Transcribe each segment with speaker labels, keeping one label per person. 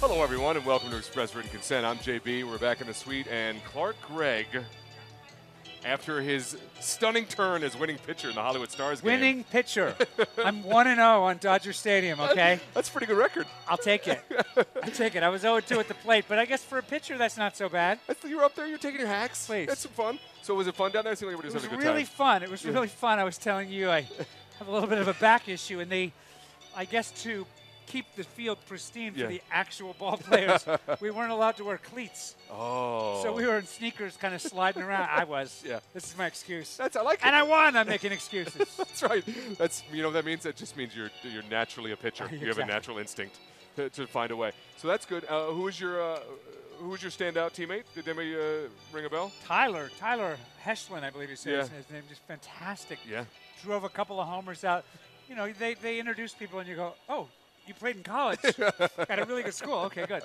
Speaker 1: Hello, everyone, and welcome to Express Written Consent. I'm JB. We're back in the suite, and Clark Gregg, after his stunning turn as winning pitcher in the Hollywood Stars game,
Speaker 2: Winning pitcher. I'm 1 and 0 on Dodger Stadium, okay?
Speaker 1: That's a pretty good record.
Speaker 2: I'll take it. I'll take it. I was 0 2 at the plate, but I guess for a pitcher, that's not so bad.
Speaker 1: That's- You were up there, you were taking your hacks.
Speaker 2: Please.
Speaker 1: That's some fun. So, was it fun down there? It seemed like everybody
Speaker 2: It was
Speaker 1: was having a good
Speaker 2: really
Speaker 1: time.
Speaker 2: fun. It was really fun. I was telling you, I have a little bit of a back issue, and they, I guess, to keep the field pristine for
Speaker 1: Yeah.
Speaker 2: the actual ball players, we weren't allowed to wear cleats.
Speaker 1: Oh.
Speaker 2: So we were in sneakers kind of sliding around. I was.
Speaker 1: Yeah.
Speaker 2: This is my excuse.
Speaker 1: That's, I like it.
Speaker 2: And I won. I'm making excuses.
Speaker 1: That's right. That's you know what that means. That just means you're you're naturally a pitcher. You have a
Speaker 2: Exactly.
Speaker 1: natural instinct to, to find a way. So that's good. Uh, who was your uh, who was your standout teammate? Did anybody uh, ring a bell?
Speaker 2: Tyler, Tyler Heschlin, I believe he says
Speaker 1: Yeah.
Speaker 2: his name, just fantastic.
Speaker 1: Yeah.
Speaker 2: Drove a couple of homers out. You know, they, they introduce people and you go, oh, you played in college at a really good school. Okay, good.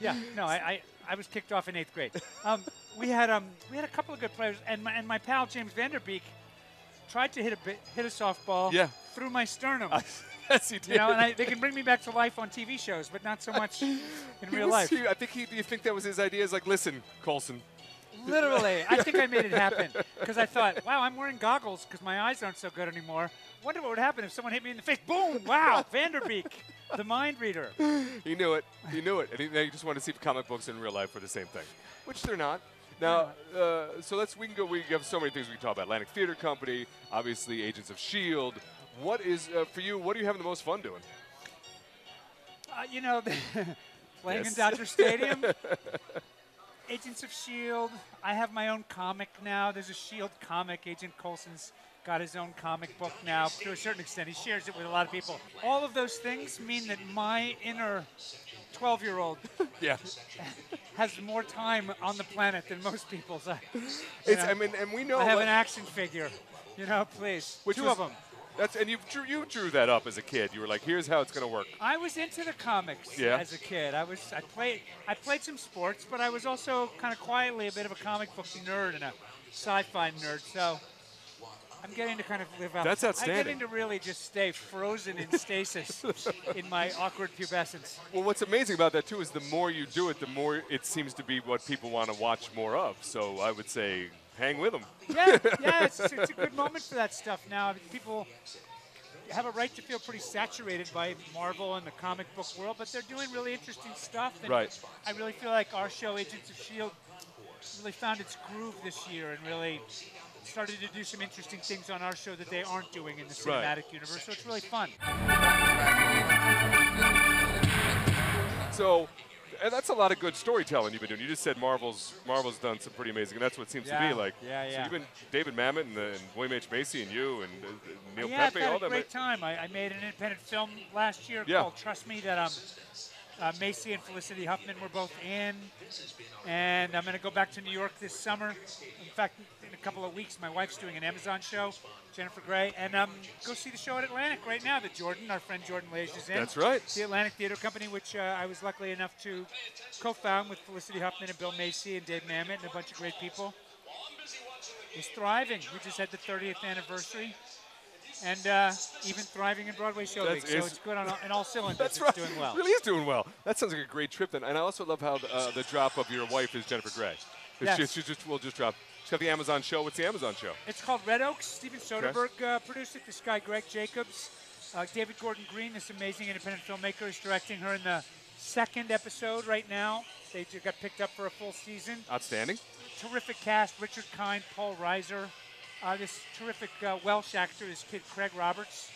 Speaker 2: Yeah, no, I, I, I was kicked off in eighth grade. Um, we had um, we had a couple of good players, and my, and my pal James Vanderbeek tried to hit a bit, hit a softball
Speaker 1: Yeah.
Speaker 2: through my sternum.
Speaker 1: yes, he did.
Speaker 2: you know, and I, they can bring me back to life on TV shows, but not so much in
Speaker 1: He
Speaker 2: real
Speaker 1: was-
Speaker 2: life.
Speaker 1: he- I think he. Do you think that was his idea? Is like, listen, Colson.
Speaker 2: Literally, I think I made it happen because I thought, wow, I'm wearing goggles because my eyes aren't so good anymore. Wonder what would happen if someone hit me in the face. Boom! Wow, Vanderbeek, the mind reader. Uh,
Speaker 1: He knew it. He knew it. And he, they just wanted to see if comic books in real life were the same thing, which they're not. Now, uh, so let's we can go. We have so many things we can talk about. Atlantic Theater Company, obviously, Agents of Shield. E What is uh, for you? What are you having the most fun doing?
Speaker 2: Uh, you know, playing
Speaker 1: Yes.
Speaker 2: in Dodger Stadium. Agents of Shield. I have my own comic now. There's a Shield E comic. Agent Coulson's got his own comic book now. To a certain extent, he shares it with a lot of people. All of those things mean that my inner 12-year-old
Speaker 1: Yeah.
Speaker 2: has more time on the planet than most people's. I, you
Speaker 1: It's,
Speaker 2: know,
Speaker 1: I mean, and we know.
Speaker 2: I have
Speaker 1: like-
Speaker 2: an action figure. You know, please.
Speaker 1: which
Speaker 2: Two
Speaker 1: was-
Speaker 2: of them.
Speaker 1: That's and you drew you drew that up as a kid. You were like, here's how it's gonna work.
Speaker 2: I was into the comics
Speaker 1: Yeah.
Speaker 2: as a kid. I was I played I played some sports, but I was also kind of quietly a bit of a comic book nerd and a sci-fi nerd. So I'm getting to kind of live out.
Speaker 1: That's
Speaker 2: I'm
Speaker 1: outstanding.
Speaker 2: getting to really just stay frozen in stasis in my awkward pubescence.
Speaker 1: Well, what's amazing about that too is the more you do it, the more it seems to be what people want to watch more of. So I would say, hang with them.
Speaker 2: Yeah, yeah, it's, it's a good moment for that stuff now. I mean, people have a right to feel pretty saturated by Marvel and the comic book world, but they're doing really interesting stuff. And
Speaker 1: Right.
Speaker 2: I really feel like our show, Agents of S.H.I.E.L.D., E really found its groove this year and really started to do some interesting things on our show that they aren't doing in the
Speaker 1: Right.
Speaker 2: cinematic universe. So it's really fun.
Speaker 1: So. And that's a lot of good storytelling you've been doing. You just said Marvel's Marvel's done some pretty amazing, and that's what it seems to
Speaker 2: Yeah,
Speaker 1: be like.
Speaker 2: yeah,
Speaker 1: So
Speaker 2: yeah.
Speaker 1: you've been David Mamet and, the, and William H Macy and you and uh, Neil
Speaker 2: yeah,
Speaker 1: Pepe,
Speaker 2: I've had
Speaker 1: all
Speaker 2: a
Speaker 1: them.
Speaker 2: great time. I, I made an independent film last year
Speaker 1: Yeah.
Speaker 2: called Trust Me that um, uh, Macy and Felicity Huffman were both in. And I'm going to go back to New York this summer. In fact, in a couple of weeks, my wife's doing an Amazon show, Jennifer Gray. And um, go see the show at Atlantic right now that Jordan, our friend Jordan Lage, is in.
Speaker 1: That's right.
Speaker 2: The Atlantic Theater Company, which uh, I was luckily enough to co found with Felicity Huffman and Bill Macy and Dave Mamet and a bunch of great people, is thriving. We just had the 30th anniversary and uh, even thriving in Broadway show
Speaker 1: That's-
Speaker 2: league. So
Speaker 1: it's-
Speaker 2: it's good on all, in all cylinders.
Speaker 1: That's
Speaker 2: it's
Speaker 1: right.
Speaker 2: doing well.
Speaker 1: uh, Really is doing well. That sounds like a great trip. Then, and I also love how uh, the drop of your wife is Jennifer Grey.
Speaker 2: Yes.
Speaker 1: She, she just will just drop. She's got the Amazon show. What's the Amazon show?
Speaker 2: It's called Red Oaks. Steven Soderbergh uh, produced it. This guy, Greg Jacobs. Uh, David Gordon Green, this amazing independent filmmaker, is directing her in the second episode right now. They ju- got picked up for a full season.
Speaker 1: Outstanding.
Speaker 2: terrific cast: Richard Kind, Paul Reiser, uh, this terrific uh, Welsh actor, this kid Craig Roberts,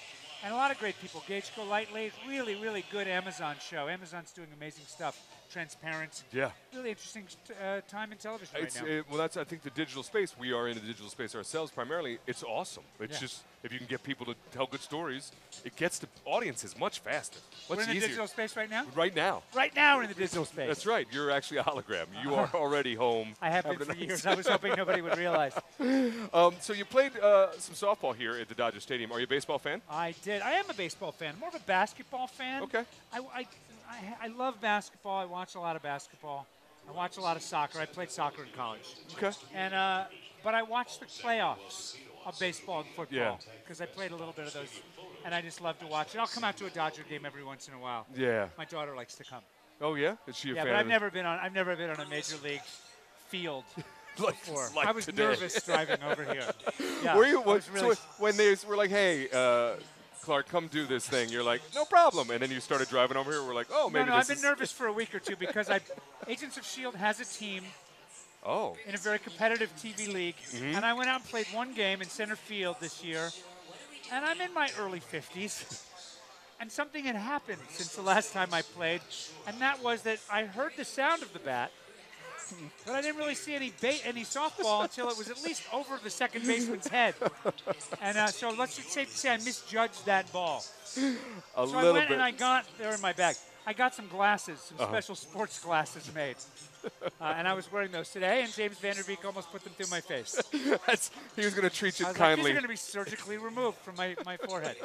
Speaker 2: and a lot of great people. Gage Golightly, It's really, really good Amazon show. Amazon's doing amazing stuff. Transparent.
Speaker 1: Yeah.
Speaker 2: Really interesting t- uh, time in television
Speaker 1: It's, uh,
Speaker 2: right now.
Speaker 1: it- well, that's I think the digital space. We are in the digital space ourselves primarily. It's awesome. It's
Speaker 2: Yeah.
Speaker 1: just if you can get people to tell good stories, it gets to audiences much faster, much
Speaker 2: We're in the
Speaker 1: easier.
Speaker 2: digital space right now.
Speaker 1: Right now.
Speaker 2: Right now, we're in the digital space.
Speaker 1: That's right. You're actually a hologram. You are already home.
Speaker 2: Uh-huh. I have been
Speaker 1: having a
Speaker 2: for
Speaker 1: nice
Speaker 2: years. I was hoping nobody would realize.
Speaker 1: Um, so you played uh, some softball here at the Dodger Stadium. Are you a baseball fan?
Speaker 2: I did. I am a baseball fan. More of a basketball fan.
Speaker 1: Okay.
Speaker 2: I, I, I, I love basketball. I watch a lot of basketball. I watch a lot of soccer. I played soccer in college.
Speaker 1: Okay.
Speaker 2: And uh, but I watch the playoffs of baseball and
Speaker 1: Yeah.
Speaker 2: football because I played a little bit of those, and I just love to watch it. I'll come out to a Dodger game every once in a while.
Speaker 1: Yeah.
Speaker 2: My daughter likes to come.
Speaker 1: Oh yeah, is she a
Speaker 2: Yeah,
Speaker 1: fan?
Speaker 2: but I've
Speaker 1: of-
Speaker 2: never been on. I've never been on a major league field before.
Speaker 1: like
Speaker 2: I was
Speaker 1: today.
Speaker 2: nervous driving over here. Yeah,
Speaker 1: Were you
Speaker 2: I was
Speaker 1: so
Speaker 2: really-
Speaker 1: when they were like, "Hey, uh, Clark, come do this thing," you're like, "No problem," and then you started driving over here. We're like, "Oh,
Speaker 2: no,
Speaker 1: maybe
Speaker 2: no, I've
Speaker 1: this
Speaker 2: been
Speaker 1: is."
Speaker 2: nervous for a week or two because I, Agents of Shield has a team
Speaker 1: oh,
Speaker 2: in a very competitive TV league, and I went out and played one game in center field this year, and I'm in my early 50s, and something had happened since the last time I played, and that was that I heard the sound of the bat, but I didn't really see any bait, any softball until it was at least over the second baseman's head, and uh, so let's just safe to say I misjudged that ball.
Speaker 1: a
Speaker 2: So I
Speaker 1: little
Speaker 2: went
Speaker 1: bit. Uh-huh.
Speaker 2: and I got there in my bag. I got some glasses, some special sports glasses made, uh, and I was wearing those today. And James Vanderbeek almost put them through my face.
Speaker 1: That's, he was going to treat you
Speaker 2: I was like, these are
Speaker 1: kindly.
Speaker 2: going to be surgically removed from my, my forehead.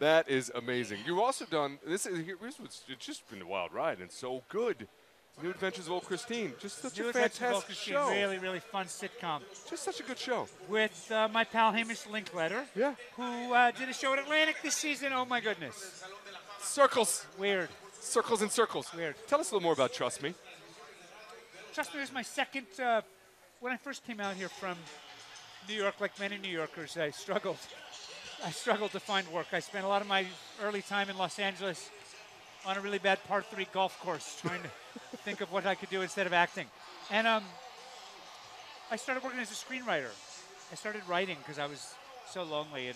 Speaker 1: that is amazing. You've also done this. Is, here- here's what's, it's just been a wild ride and so good. New Adventures of Old Christine, just such
Speaker 2: New
Speaker 1: a
Speaker 2: Adventures of
Speaker 1: fantastic
Speaker 2: Old Christine,
Speaker 1: show.
Speaker 2: really really fun sitcom
Speaker 1: Just such a good show.
Speaker 2: with uh, my pal Hamish Linkletter,
Speaker 1: Yeah.
Speaker 2: who uh, did a show at Atlantic this season. Oh my goodness,
Speaker 1: Circles,
Speaker 2: weird.
Speaker 1: circles, and circles.
Speaker 2: Weird.
Speaker 1: Tell us a little more about Trust Me.
Speaker 2: Trust me, it was my second. Uh, when I first came out here from New York, like many New Yorkers, I struggled. I struggled to find work. I spent a lot of my early time in Los Angeles on a really bad par three golf course, trying to think of what I could do instead of acting. And um, I started working as a screenwriter. I started writing because I was so lonely in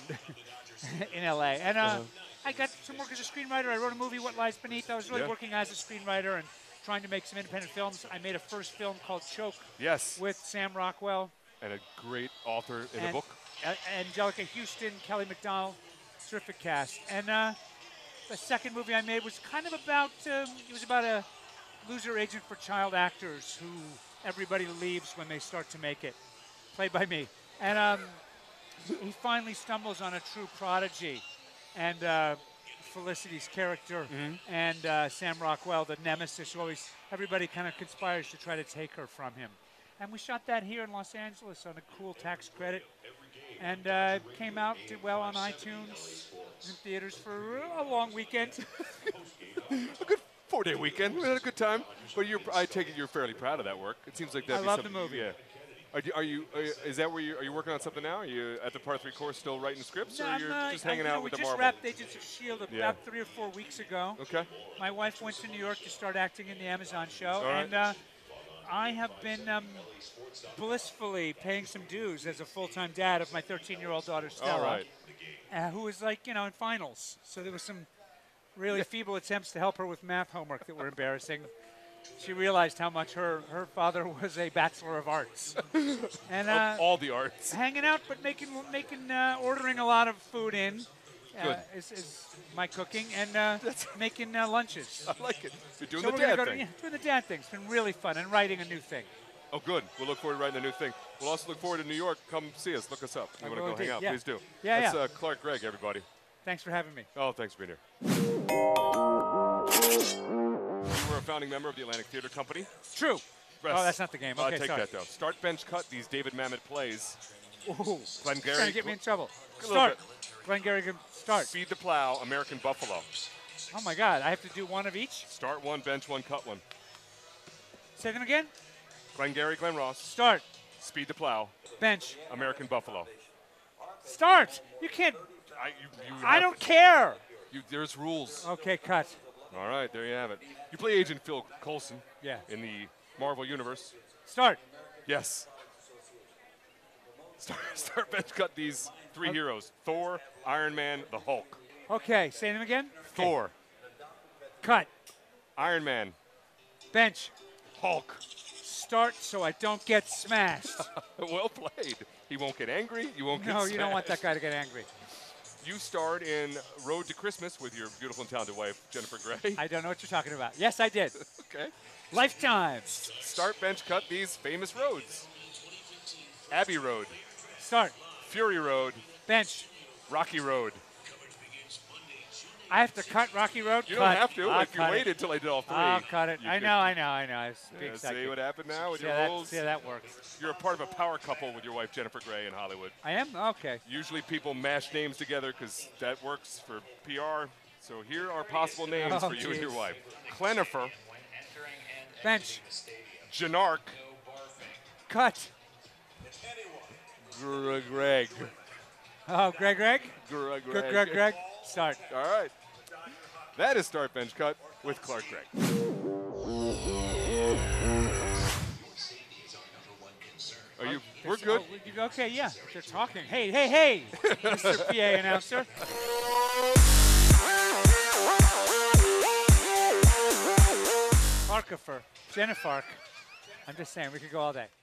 Speaker 2: in LA. And uh, I got some work as a screenwriter. I wrote a movie, What Lies Beneath. I was really
Speaker 1: Yeah.
Speaker 2: working as a screenwriter and trying to make some independent films. I made a first film called Choke
Speaker 1: Yes.
Speaker 2: with Sam Rockwell
Speaker 1: and a great author in a
Speaker 2: and
Speaker 1: book.
Speaker 2: A- Angelica Houston, Kelly McDonald, terrific cast. And uh, the second movie I made was kind of about um, it was about a loser agent for child actors who everybody leaves when they start to make it, played by me. And um, he finally stumbles on a true prodigy, and uh, Felicity's character
Speaker 1: Mm-hmm.
Speaker 2: and uh, Sam Rockwell, the nemesis, who always everybody kind of conspires to try to take her from him. And we shot that here in Los Angeles on a cool tax credit, and uh, it came out did well on iTunes, in theaters for a long weekend.
Speaker 1: A good four-day weekend. We had a good time. But you're, I take it you're fairly proud of that work. It seems like that.
Speaker 2: I love the
Speaker 1: something,
Speaker 2: movie.
Speaker 1: Yeah. Are you, are you? Are you? Is that where you? Are you working on something now? Are you at the part three course still writing scripts, or
Speaker 2: I'm,
Speaker 1: you're
Speaker 2: uh,
Speaker 1: just
Speaker 2: I'm-
Speaker 1: hanging
Speaker 2: you know,
Speaker 1: out
Speaker 2: we
Speaker 1: with the
Speaker 2: just
Speaker 1: Marvel?
Speaker 2: wrapped Agents of Shield about
Speaker 1: Yeah.
Speaker 2: three or four weeks ago.
Speaker 1: Okay.
Speaker 2: My wife went to New York to start acting in the Amazon show,
Speaker 1: right.
Speaker 2: and uh, I have been um, blissfully paying some dues as a full-time dad of my 13-year-old daughter Stella,
Speaker 1: All right.
Speaker 2: uh, who was like, you know, in finals. So there was some really feeble attempts to help her with math homework that were embarrassing. She realized how much her, her father was a Bachelor of Arts, and uh,
Speaker 1: All the arts.
Speaker 2: hanging out, but making making uh, ordering a lot of food in. Uh,
Speaker 1: Good.
Speaker 2: is, is my cooking and uh, making uh, lunches.
Speaker 1: I like it. You're doing
Speaker 2: So
Speaker 1: the
Speaker 2: we're gonna
Speaker 1: dad
Speaker 2: go to
Speaker 1: thing.
Speaker 2: yeah, doing the dad thing. It's been really fun and writing a new thing.
Speaker 1: Oh, good. We'll look forward to writing a new thing. We'll also look forward to New York. Come see us. Look us up. You
Speaker 2: I
Speaker 1: want to go
Speaker 2: will
Speaker 1: hang
Speaker 2: indeed,
Speaker 1: out?
Speaker 2: yeah.
Speaker 1: Please do.
Speaker 2: Yeah,
Speaker 1: That's
Speaker 2: yeah.
Speaker 1: Uh, Clark Gregg, everybody.
Speaker 2: Thanks for having me.
Speaker 1: Oh, thanks for being here. We're a founding member of the Atlantic Theater Company.
Speaker 2: It's true.
Speaker 1: Press.
Speaker 2: Oh, that's not the game.
Speaker 1: Uh,
Speaker 2: Okay,
Speaker 1: take
Speaker 2: sorry.
Speaker 1: that though. Start bench cut these David Mamet plays.
Speaker 2: Ooh,
Speaker 1: Glengarry-
Speaker 2: trying to get me in trouble.
Speaker 1: little
Speaker 2: Start. Glenn Garrigan, start.
Speaker 1: Feed the plow. American Buffalo.
Speaker 2: Oh my God, I have to do one of each.
Speaker 1: Start one, bench one, cut one.
Speaker 2: Say them again.
Speaker 1: Glenn Gary, Glenn Ross.
Speaker 2: Start.
Speaker 1: Speed the plow.
Speaker 2: Bench.
Speaker 1: American Buffalo.
Speaker 2: Start. You can't.
Speaker 1: I, you, you
Speaker 2: I
Speaker 1: have-
Speaker 2: don't care.
Speaker 1: You, there's rules.
Speaker 2: Okay, cut.
Speaker 1: All right, there you have it. You play Agent Phil Coulson.
Speaker 2: Yeah.
Speaker 1: In the Marvel universe.
Speaker 2: Start.
Speaker 1: Yes. Start, start bench cut these three heroes: Thor, Iron Man, the Hulk.
Speaker 2: Okay, say them again. Okay,
Speaker 1: Thor,
Speaker 2: Cut.
Speaker 1: Iron Man,
Speaker 2: Bench.
Speaker 1: Hulk.
Speaker 2: Start so I don't get smashed.
Speaker 1: well played. He won't get angry. You won't get
Speaker 2: no, you don't want
Speaker 1: smashed.
Speaker 2: that guy to get angry.
Speaker 1: You starred in Road to Christmas with your beautiful and talented wife, Jennifer Grey.
Speaker 2: I don't know what you're talking about. Yes, I did.
Speaker 1: okay.
Speaker 2: Lifetime.
Speaker 1: Start, bench, cut these famous roads Abbey Road,
Speaker 2: Start.
Speaker 1: Fury Road,
Speaker 2: Bench.
Speaker 1: Rocky Road.
Speaker 2: I have to cut Rocky Road.
Speaker 1: You
Speaker 2: Cut.
Speaker 1: don't have to.
Speaker 2: I'll
Speaker 1: if you
Speaker 2: cut it.
Speaker 1: waited till I did all three.
Speaker 2: I'll cut it.
Speaker 1: you
Speaker 2: I
Speaker 1: could-
Speaker 2: know, I know, I know. I was being
Speaker 1: Yeah, see
Speaker 2: psychic.
Speaker 1: what happened now with
Speaker 2: See
Speaker 1: your
Speaker 2: how that-
Speaker 1: roles?
Speaker 2: see how that works.
Speaker 1: You're a part of a power couple with your wife, Jennifer Grey, in Hollywood.
Speaker 2: I am? Okay.
Speaker 1: Usually people mash names together because that works for PR. So here are possible names
Speaker 2: Oh,
Speaker 1: for you and your
Speaker 2: jeez.
Speaker 1: wife Clenifer,
Speaker 2: Bench.
Speaker 1: Janark.
Speaker 2: Cut.
Speaker 1: Greg. Greg.
Speaker 2: Oh, Greg, Greg.
Speaker 1: Greg.
Speaker 2: Greg, Greg, Greg. Start.
Speaker 1: All right. That is start bench cut with Clark Gregg. Are you? We're good.
Speaker 2: Oh, you- okay, yeah. They're talking. Hey, hey, hey, Mr. PA announcer. Farkifer. Jennifer. I'm just saying, we could go all day.